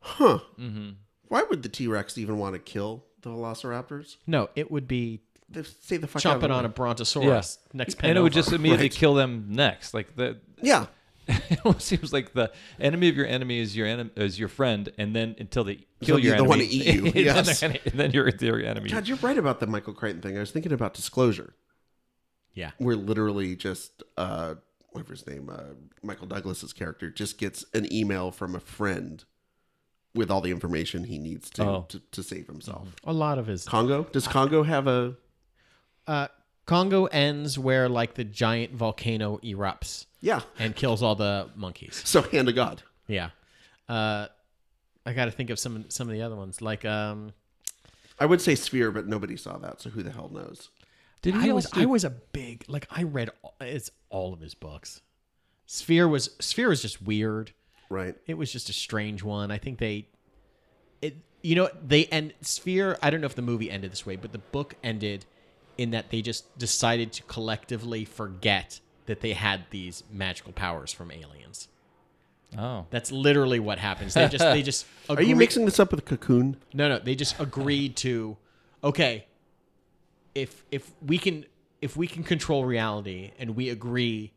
S2: huh.
S3: Mm-hmm.
S2: Why would the T Rex even want to kill the Velociraptors?
S3: no, it would be
S2: They say the fuck out of
S3: chomping
S2: them.
S3: on a brontosaurus next. Pen
S1: and it would
S3: over.
S1: just immediately
S2: Right.
S1: kill them next. Like the
S2: Yeah.
S1: it almost seems like the enemy of your enemy is your enemy is your friend, and then until they kill
S2: Until
S1: your
S2: they
S1: enemy,
S2: wanna eat you,
S1: and then
S2: yes.
S1: they're gonna- and then you're their enemy.
S2: God, you're right about the Michael Crichton thing. I was thinking about disclosure.
S3: yeah.
S2: Where literally just uh whatever his name, uh Michael Douglas's character just gets an email from a friend with all the information he needs to
S1: Oh.
S2: to, to save himself.
S3: A lot of his
S2: Congo? Does Congo have a
S3: uh, Congo ends where like the giant volcano erupts
S2: Yeah.
S3: and kills all the monkeys.
S2: So hand of God.
S3: Yeah. Uh, I got to think of some some of the other ones. Like um,
S2: I would say sphere, but nobody saw that, so who the hell knows?
S1: Did
S3: I was
S1: also do-
S3: I was a big like I read all, it's all of his books. Sphere was Sphere was just weird.
S2: Right.
S3: It was just a strange one. I think they it you know they end Sphere. I don't know if the movie ended this way, but the book ended in that they just decided to collectively forget that they had these magical powers from aliens.
S1: oh
S3: That's literally what happens. They just they just
S2: Are you mixing this up with Cocoon?
S3: No, no, they just agreed to okay, if if we can if we can control reality and we agree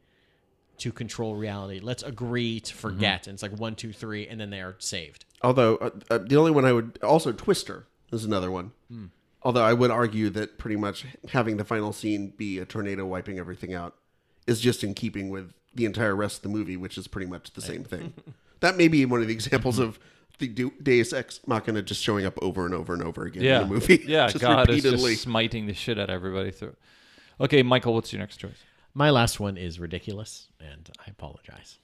S3: to control reality, let's agree to forget.
S2: Mm-hmm.
S3: And it's like one, two, three, and then they are saved.
S2: Although uh, uh, the only one I would also Twister is another one.
S1: Hmm.
S2: Although I would argue that pretty much having the final scene be a tornado wiping everything out is just in keeping with the entire rest of the movie, which is pretty much the same thing. that may be one of the examples of the Du- Deus Ex Machina just showing up over and over and over again
S1: yeah
S2: in the movie.
S1: yeah
S2: just
S1: God is
S2: repeatedly.
S1: just smiting the shit out of everybody through. Okay, Michael, what's your next choice?
S3: My last one is ridiculous, and I apologize.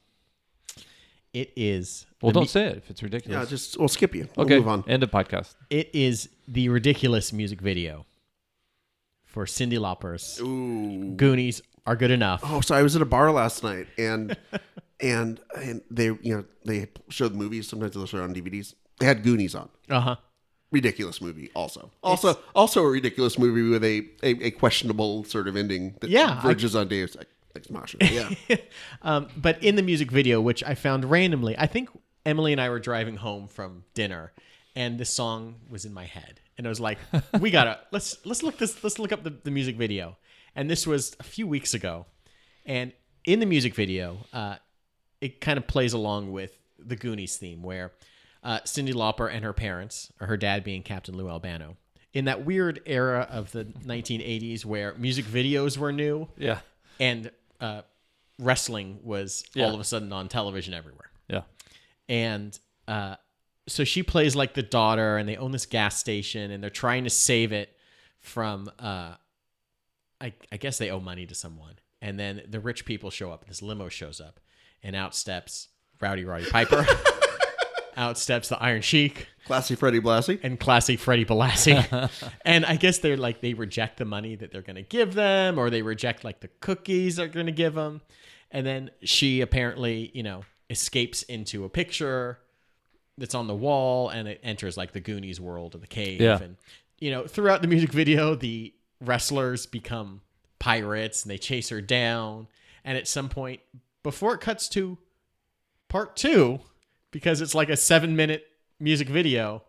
S3: It is
S1: Well,
S3: the
S1: don't
S3: mu-
S1: say it if it's
S2: yeah,
S1: ridiculous.
S2: just we'll skip you. We'll
S1: okay,
S2: move on.
S1: End of podcast.
S3: it is the ridiculous music video for Cindy Lauper's
S2: Ooh.
S3: Goonies are good enough.
S2: Oh, so I was at a bar last night, and and and they you know they showed movies. Sometimes they'll show it on DVDs. They had Goonies on.
S3: Uh huh.
S2: Ridiculous movie. Also, also, also a ridiculous movie with a a, a questionable sort of ending. That
S3: Yeah, I-
S2: verges on Deus Ex Machina. Yeah.
S3: Um, but in the music video, which I found randomly, I think Emily and I were driving home from dinner, and this song was in my head, and I was like, "We gotta let's let's look this let's look up the, the music video." And this was a few weeks ago, and in the music video, uh, it kind of plays along with the Goonies theme, where uh, Cindy Lauper and her parents, or her dad being Captain Lou Albano, in that weird era of the 1980s where music videos were new
S1: Yeah.
S3: and uh, wrestling was
S1: Yeah.
S3: all of a sudden on television everywhere.
S1: Yeah.
S3: And uh, so she plays like the daughter, and they own this gas station, and they're trying to save it from. Uh, I, I guess they owe money to someone, and then the rich people show up. This limo shows up, and out steps Rowdy Roddy Piper. out steps the Iron Sheik
S2: Classy Freddy Blassie.
S3: and classy Freddie Blassie. and I guess they're like they reject the money that they're going to give them, or they reject like the cookies they're going to give them. And then she apparently, you know, escapes into a picture that's on the wall, and it enters like the Goonies world of the cave.
S1: Yeah.
S3: And you know, throughout the music video, the wrestlers become pirates, and they chase her down. And at some point, before it cuts to part two because it's like a seven minute music video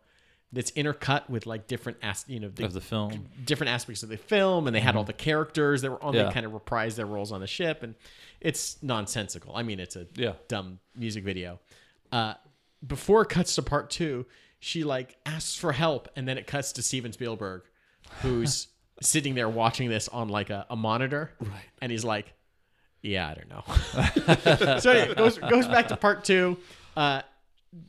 S3: that's intercut with like different as- you know the,
S1: Of the film.
S3: different aspects of the film and they had all the characters that were on
S1: Yeah.
S3: they kind of reprised their roles on the ship and it's nonsensical i mean it's a
S1: Yeah.
S3: dumb music video uh, before it cuts to part two she like asks for help and then it cuts to steven spielberg who's sitting there watching this on like a, a monitor right. and he's like yeah, I don't know. so anyway, it goes goes back to part two. Uh,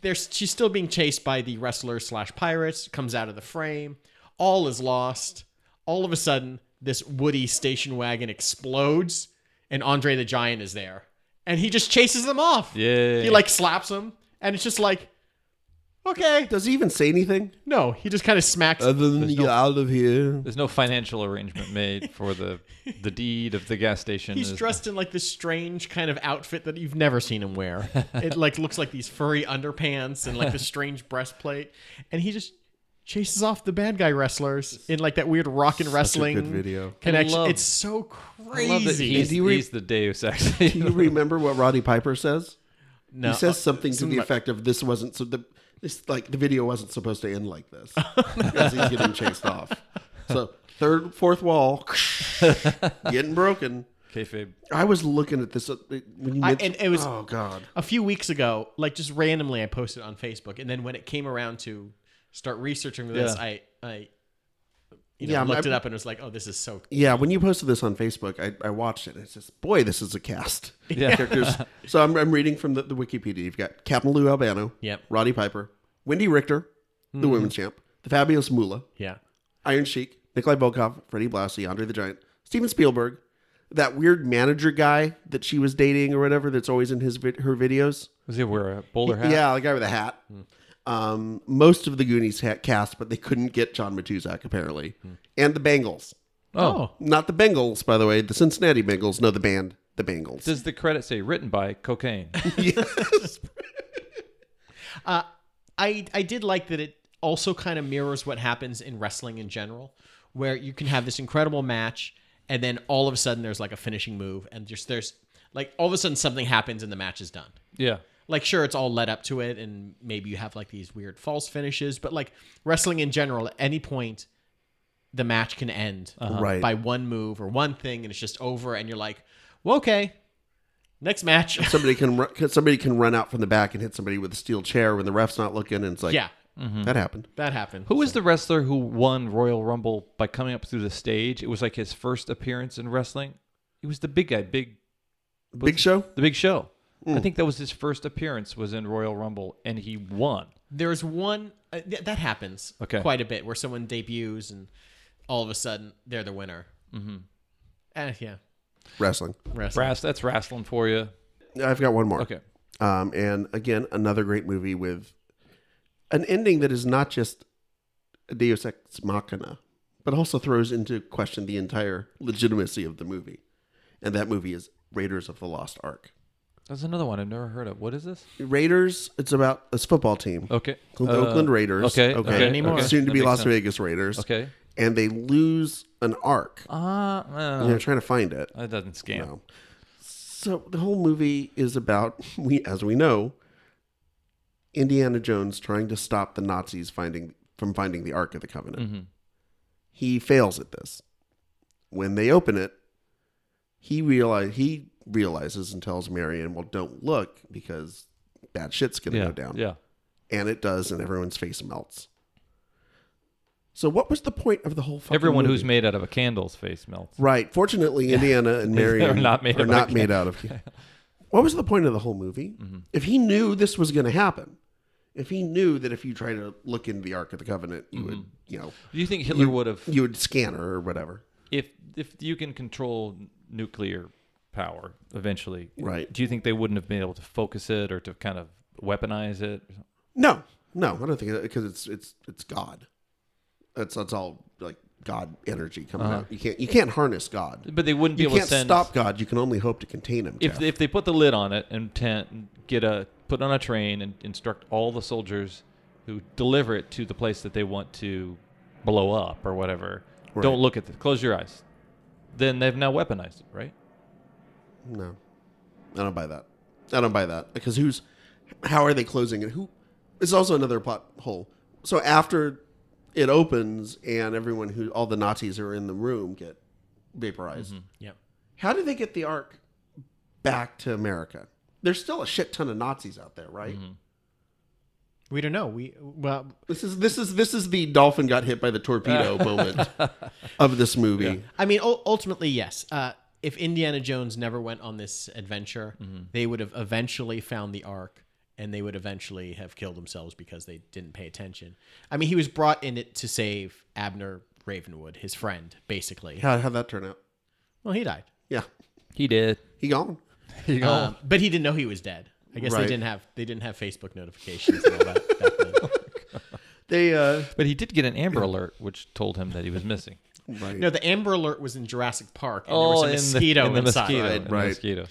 S3: there's she's still being chased by the wrestler slash pirates. Comes out of the frame. All is lost. All of a sudden, this Woody station wagon explodes, and Andre the Giant is there, and he just chases them off.
S1: Yeah.
S3: He like slaps them, and it's just like, okay,
S2: Does he even say anything
S3: no, he just kind of smacks.
S2: other than get out of here?
S1: There's no financial arrangement made for the the deed of the gas station.
S3: He's
S1: There's-
S3: dressed in like this strange kind of outfit that you've never seen him wear. It like looks like these furry underpants and like this strange breastplate, and he just chases off the bad guy wrestlers in like that weird rock and wrestling
S2: good video.
S3: connection.
S1: I love-
S3: it's so
S1: I
S3: crazy.
S1: love that he's,
S2: Do you re-
S1: he's the Deus Ex.
S2: Do you remember what Roddy Piper says?
S3: no,
S2: He says something to
S3: something
S2: the
S3: about-
S2: effect of "This wasn't so the this like the video wasn't supposed to end like this." as he's getting chased off. So third, fourth wall, getting broken.
S1: Kayfabe.
S2: I was looking at this uh, when you
S3: I-
S2: mentioned-
S3: and it was-
S2: oh god.
S3: a few weeks ago, like just randomly, I posted on Facebook, and then when it came around to start researching this,
S1: Yeah.
S3: I I you know
S2: Yeah,
S3: looked
S2: I-
S3: it up and was like, oh, this is so
S2: Yeah, when you posted this on Facebook, I, I watched it. and It says, "Boy, this is a cast."
S1: Yeah.
S2: Characters. so I'm, I'm reading from the, the Wikipedia. You've got Captain Lou Albano,
S3: Yep. Hmm.
S2: Roddy Piper, Wendy Richter, the women's champ, the fabulous Moolah,
S3: yeah.
S2: Iron Sheik, Nikolai Volkov, Freddie Blassie, Andre the Giant, Steven Spielberg, that weird manager guy that she was dating or whatever that's always in his vid- her videos.
S1: Was he wear a bowler hat?
S2: Yeah, the guy with a hat. Um, most of the Goonies ha- cast, but they couldn't get John Matuzak apparently, and the Bengals.
S1: Oh.
S2: Not the Bengals, by the way. The Cincinnati Bengals. No, the band, the Bengals.
S1: Does the credit say written by cocaine?
S2: yes.
S3: I I did like that it also kind of mirrors what happens in wrestling in general, where you can have this incredible match and then all of a sudden there's like a finishing move and just there's like all of a sudden something happens and the match is done.
S1: yeah.
S3: Like sure it's all led up to it and maybe you have like these weird false finishes, but like wrestling in general at any point the match can end
S1: Uh-huh.
S2: Right.
S3: by one move or one thing and it's just over and you're like, "Well, okay. Next match."
S2: somebody can, run, can somebody can run out from the back and hit somebody with a steel chair when the ref's not looking, and it's like,
S3: yeah,
S2: that happened.
S3: that happened.
S1: Who was the wrestler who won Royal Rumble by coming up through the stage? It was like his first appearance in wrestling. He was the big guy, big
S2: Big Show.
S1: the big show.
S3: Mm.
S1: I think that was his first appearance was in Royal Rumble and he won.
S3: There's one uh, th- that happens
S1: Okay.
S3: quite a bit where someone debuts and all of a sudden they're the winner. Mm-hmm. yeah,
S2: Wrestling.
S3: wrestling.
S1: Brass that's wrestling for you.
S2: I've got one more.
S1: Okay.
S2: Um, and again, another great movie with an ending that is not just a Deus Ex Machina, but also throws into question the entire legitimacy of the movie. And that movie is Raiders of the Lost Ark.
S1: That's another one I've never heard of. What is this?
S2: Raiders, it's about this football team.
S1: Okay.
S2: The
S1: Uh,
S2: Oakland Raiders.
S1: Okay. Okay.
S3: anymore.
S1: okay.
S2: Soon to
S1: That
S2: be
S1: makes
S2: Las
S1: sense.
S2: Vegas Raiders.
S1: Okay.
S2: And they lose an arc.
S1: Ah, well,
S2: And they're trying to find it.
S1: that doesn't scan.
S2: No. So the whole movie is about we, as we know, Indiana Jones trying to stop the Nazis finding from finding the Ark of the Covenant.
S1: Mm-hmm.
S2: He fails at this. When they open it, he realize he realizes and tells Marion, "Well, don't look because bad shit's gonna
S1: Yeah.
S2: go down."
S1: Yeah.
S2: And it does, and everyone's face melts. So what was the point of the whole? Fucking
S1: Everyone who's
S2: movie?
S1: made out of a candle's face melts.
S2: Right. Fortunately, Indiana and
S1: They're
S2: Marion
S1: not made
S2: are
S1: of
S2: not
S1: a-
S2: made out of. what was the point of the whole movie?
S1: Mm-hmm.
S2: If he knew this was going to happen, if he knew that if you try to look into the Ark of the Covenant, you would,
S1: Mm-hmm.
S2: you know,
S1: Do you think Hitler would have,
S2: you would scan her or whatever.
S1: if if you can control nuclear power eventually?
S2: Right.
S1: Do you think they wouldn't have been able to focus it or to kind of weaponize it?
S2: No, no, I don't think because it's it's it's God. That's that's all like God energy coming out. You can't you can't harness God.
S1: But they wouldn't Uh-huh. be able
S2: You can't
S1: to send.
S2: stop God. You can only hope to contain him.
S1: if
S2: Jeff.
S1: they, if they put the lid on it and ten, get a put on a train and instruct all the soldiers who deliver it to the place that they want to blow up or whatever.
S2: Right.
S1: Don't look at it. Close your eyes. Then they've now weaponized it, right?
S2: No, I don't buy that. I don't buy that because who's? How are they closing it? Who? It's also another plot hole. So after it opens and everyone who all the Nazis are in the room get vaporized.
S3: Yeah.
S2: How did they get the Ark back to America? There's still a shit ton of Nazis out there, right?
S3: We don't know. We well,
S2: This is this is this is the dolphin got hit by the torpedo moment of this movie.
S3: I mean, ul- ultimately, yes. Uh, if Indiana Jones never went on this adventure, they would have eventually found the Ark, and they would eventually have killed themselves because they didn't pay attention. I mean, he was brought in it to save Abner Ravenwood, his friend, basically.
S2: How how'd that turn out?
S3: Well, he died,
S2: Yeah,
S1: He did.
S2: he gone.
S3: Um, but he didn't know he was dead. I guess
S2: Right.
S3: they didn't have they didn't have Facebook notifications and all that. back then.
S2: They uh,
S1: But he did get an Amber Alert, which told him that he was missing.
S2: right.
S3: No, the Amber Alert was in Jurassic Park, and there was a mosquito
S1: Oh, in the, in the
S3: inside. Uh,
S1: mosquito.
S2: Right,
S1: in the
S2: right.
S1: mosquito.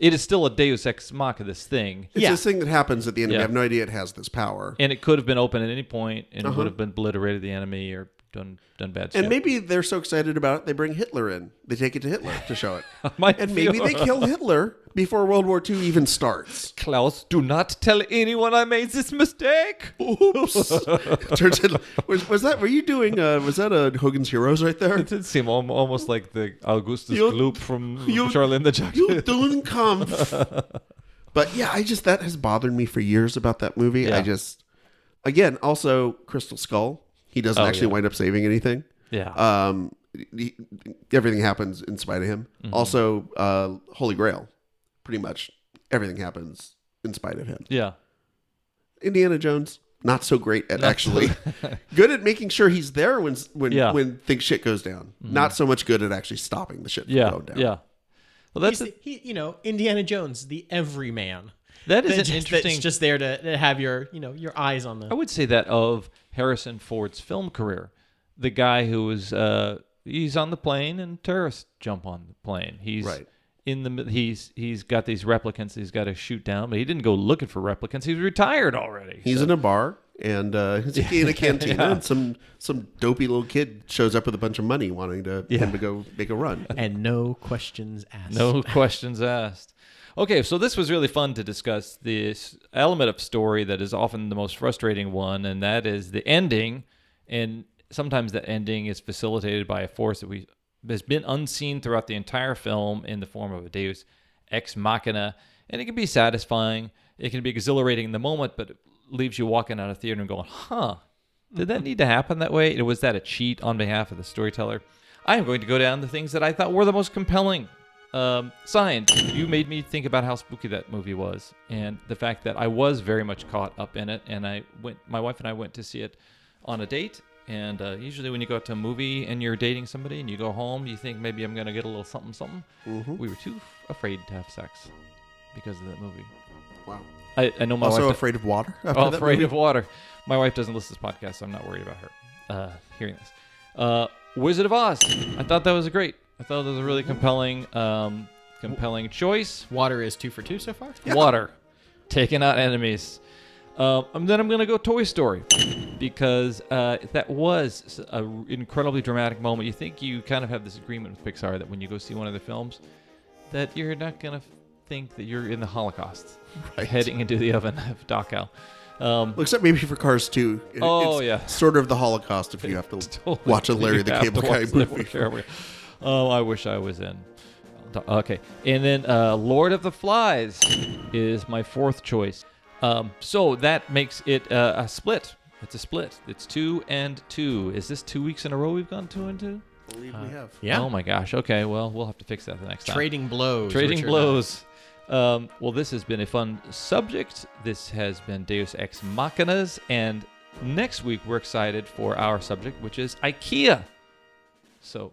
S1: it is still a Deus ex machina. This thing,
S2: it's
S3: yeah.
S2: this thing that happens at the end. We
S1: Yeah.
S2: have no idea it has this power.
S1: and it could have been open at any point, and would have been obliterated the enemy or done done bad stuff.
S2: Uh-huh. And maybe they're so excited about it, they bring Hitler in. They take it to Hitler to show it.
S1: Might
S2: and maybe they
S1: feel-
S2: kill Hitler before World War II even starts.
S1: Klaus, do not tell anyone I made this mistake.
S2: Oops. Turns out- was, was that, were you doing, uh, was that a Hogan's Heroes right there?
S1: It did seem al- almost like the Augustus
S2: You-
S1: Gloop from
S2: you-
S1: Charlie and the Chocolate.
S2: You don't come. But yeah, I just, that has bothered me for years about that movie. I
S1: Yeah.
S2: just, again, also Crystal Skull. He doesn't
S1: Oh,
S2: actually wind up saving anything.
S1: yeah,
S2: um he- everything happens in spite of him
S1: Mm-hmm.
S2: also uh holy grail pretty much everything happens in spite of him
S1: yeah.
S2: indiana jones not so great at actually good at making sure he's there when when
S1: Yeah. Mm-hmm.
S2: when things shit goes down not so much good at actually stopping the shit from
S1: Yeah,
S2: going down
S1: yeah. Well, that's
S3: He's the- he, you know, Indiana Jones, the everyman.
S1: that is
S3: That's
S1: an
S3: just, that's
S1: interesting.
S3: just there to, to have your, you know, your eyes on
S1: I
S3: the.
S1: would say that of Harrison Ford's film career, the guy who was uh, he's on the plane and terrorists jump on the plane. He's
S2: Right.
S1: in the mid- he's he's got these replicants he's got to shoot down, but he didn't go looking for replicants. He's retired already.
S2: he's in a bar and uh he's in a cantina and some some dopey little kid shows up with a bunch of money wanting to him to go make a run
S3: And no questions asked.
S1: No questions asked. Okay, so this was really fun to discuss this element of story that is often the most frustrating one, and that is the ending. And sometimes that ending is facilitated by a force that we has been unseen throughout the entire film in the form of a Deus ex machina, and it can be satisfying. It can be exhilarating in the moment, but it leaves you walking out of theater and going, "Huh, did that need to happen that way? And was that a cheat on behalf of the storyteller?" I am going to go down the things that I thought were the most compelling um, science, you made me think about how spooky that movie was, and the fact that I was very much caught up in it. And I went, my wife and I went to see it on a date. And uh, usually, when you go out to a movie and you're dating somebody and you go home, you think maybe I'm gonna get a little something, something.
S2: Mm-hmm.
S1: We were too f- afraid to have sex because of that movie.
S2: wow
S1: I, I know my
S2: also
S1: wife
S2: afraid of water after
S1: oh,
S2: that
S1: afraid
S2: movie?
S1: of water. My wife doesn't listen to this podcast, so I'm not worried about her uh, hearing this. Uh, Wizard of Oz. I thought that was great. I thought that was a really compelling, um, compelling choice.
S3: Water is two for two so far.
S1: Water, taking out enemies. Uh, and then I'm gonna go Toy Story because uh, that was an incredibly dramatic moment. You think you kind of have this agreement with Pixar that when you go see one of their films, that you're not gonna think that you're in the Holocaust,
S2: Right.
S1: heading into the oven of Dachau. Um,
S2: Except maybe for Cars 2. It-
S1: Oh,
S2: it's
S1: yeah.
S2: Sort of the Holocaust if you have to
S1: Totally.
S2: watch a Larry
S1: You
S2: the
S1: have
S2: Cable
S1: to
S2: Guy
S1: watch the
S2: movie.
S1: Cable Guy. Oh, I wish I was in. Okay, and then uh, Lord of the Flies is my fourth choice. Um, so that makes it uh, a split. It's a split. It's two and two. Is this two weeks in a row we've gone two and two?
S2: I believe we have.
S3: Yeah.
S1: Oh my gosh. Okay. Well, we'll have to fix that the next time.
S3: Trading blows.
S1: Trading
S3: Richard.
S1: blows. Um, well, this has been a fun subject. This has been Deus Ex Machinas, and next week we're excited for our subject, which is IKEA. So,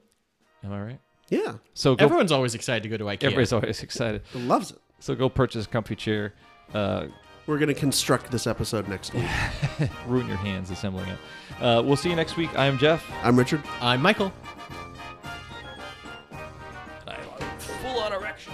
S1: am I right?
S2: Yeah.
S1: So go.
S3: Everyone's always excited to go to IKEA.
S1: Everybody's always excited.
S2: Loves it.
S1: So go purchase a comfy chair. Uh,
S2: We're going to construct this episode next week.
S1: ruin your hands assembling it. Uh, we'll see you next week. I am Jeff.
S2: I'm Richard.
S3: I'm Michael.
S1: I full on erection.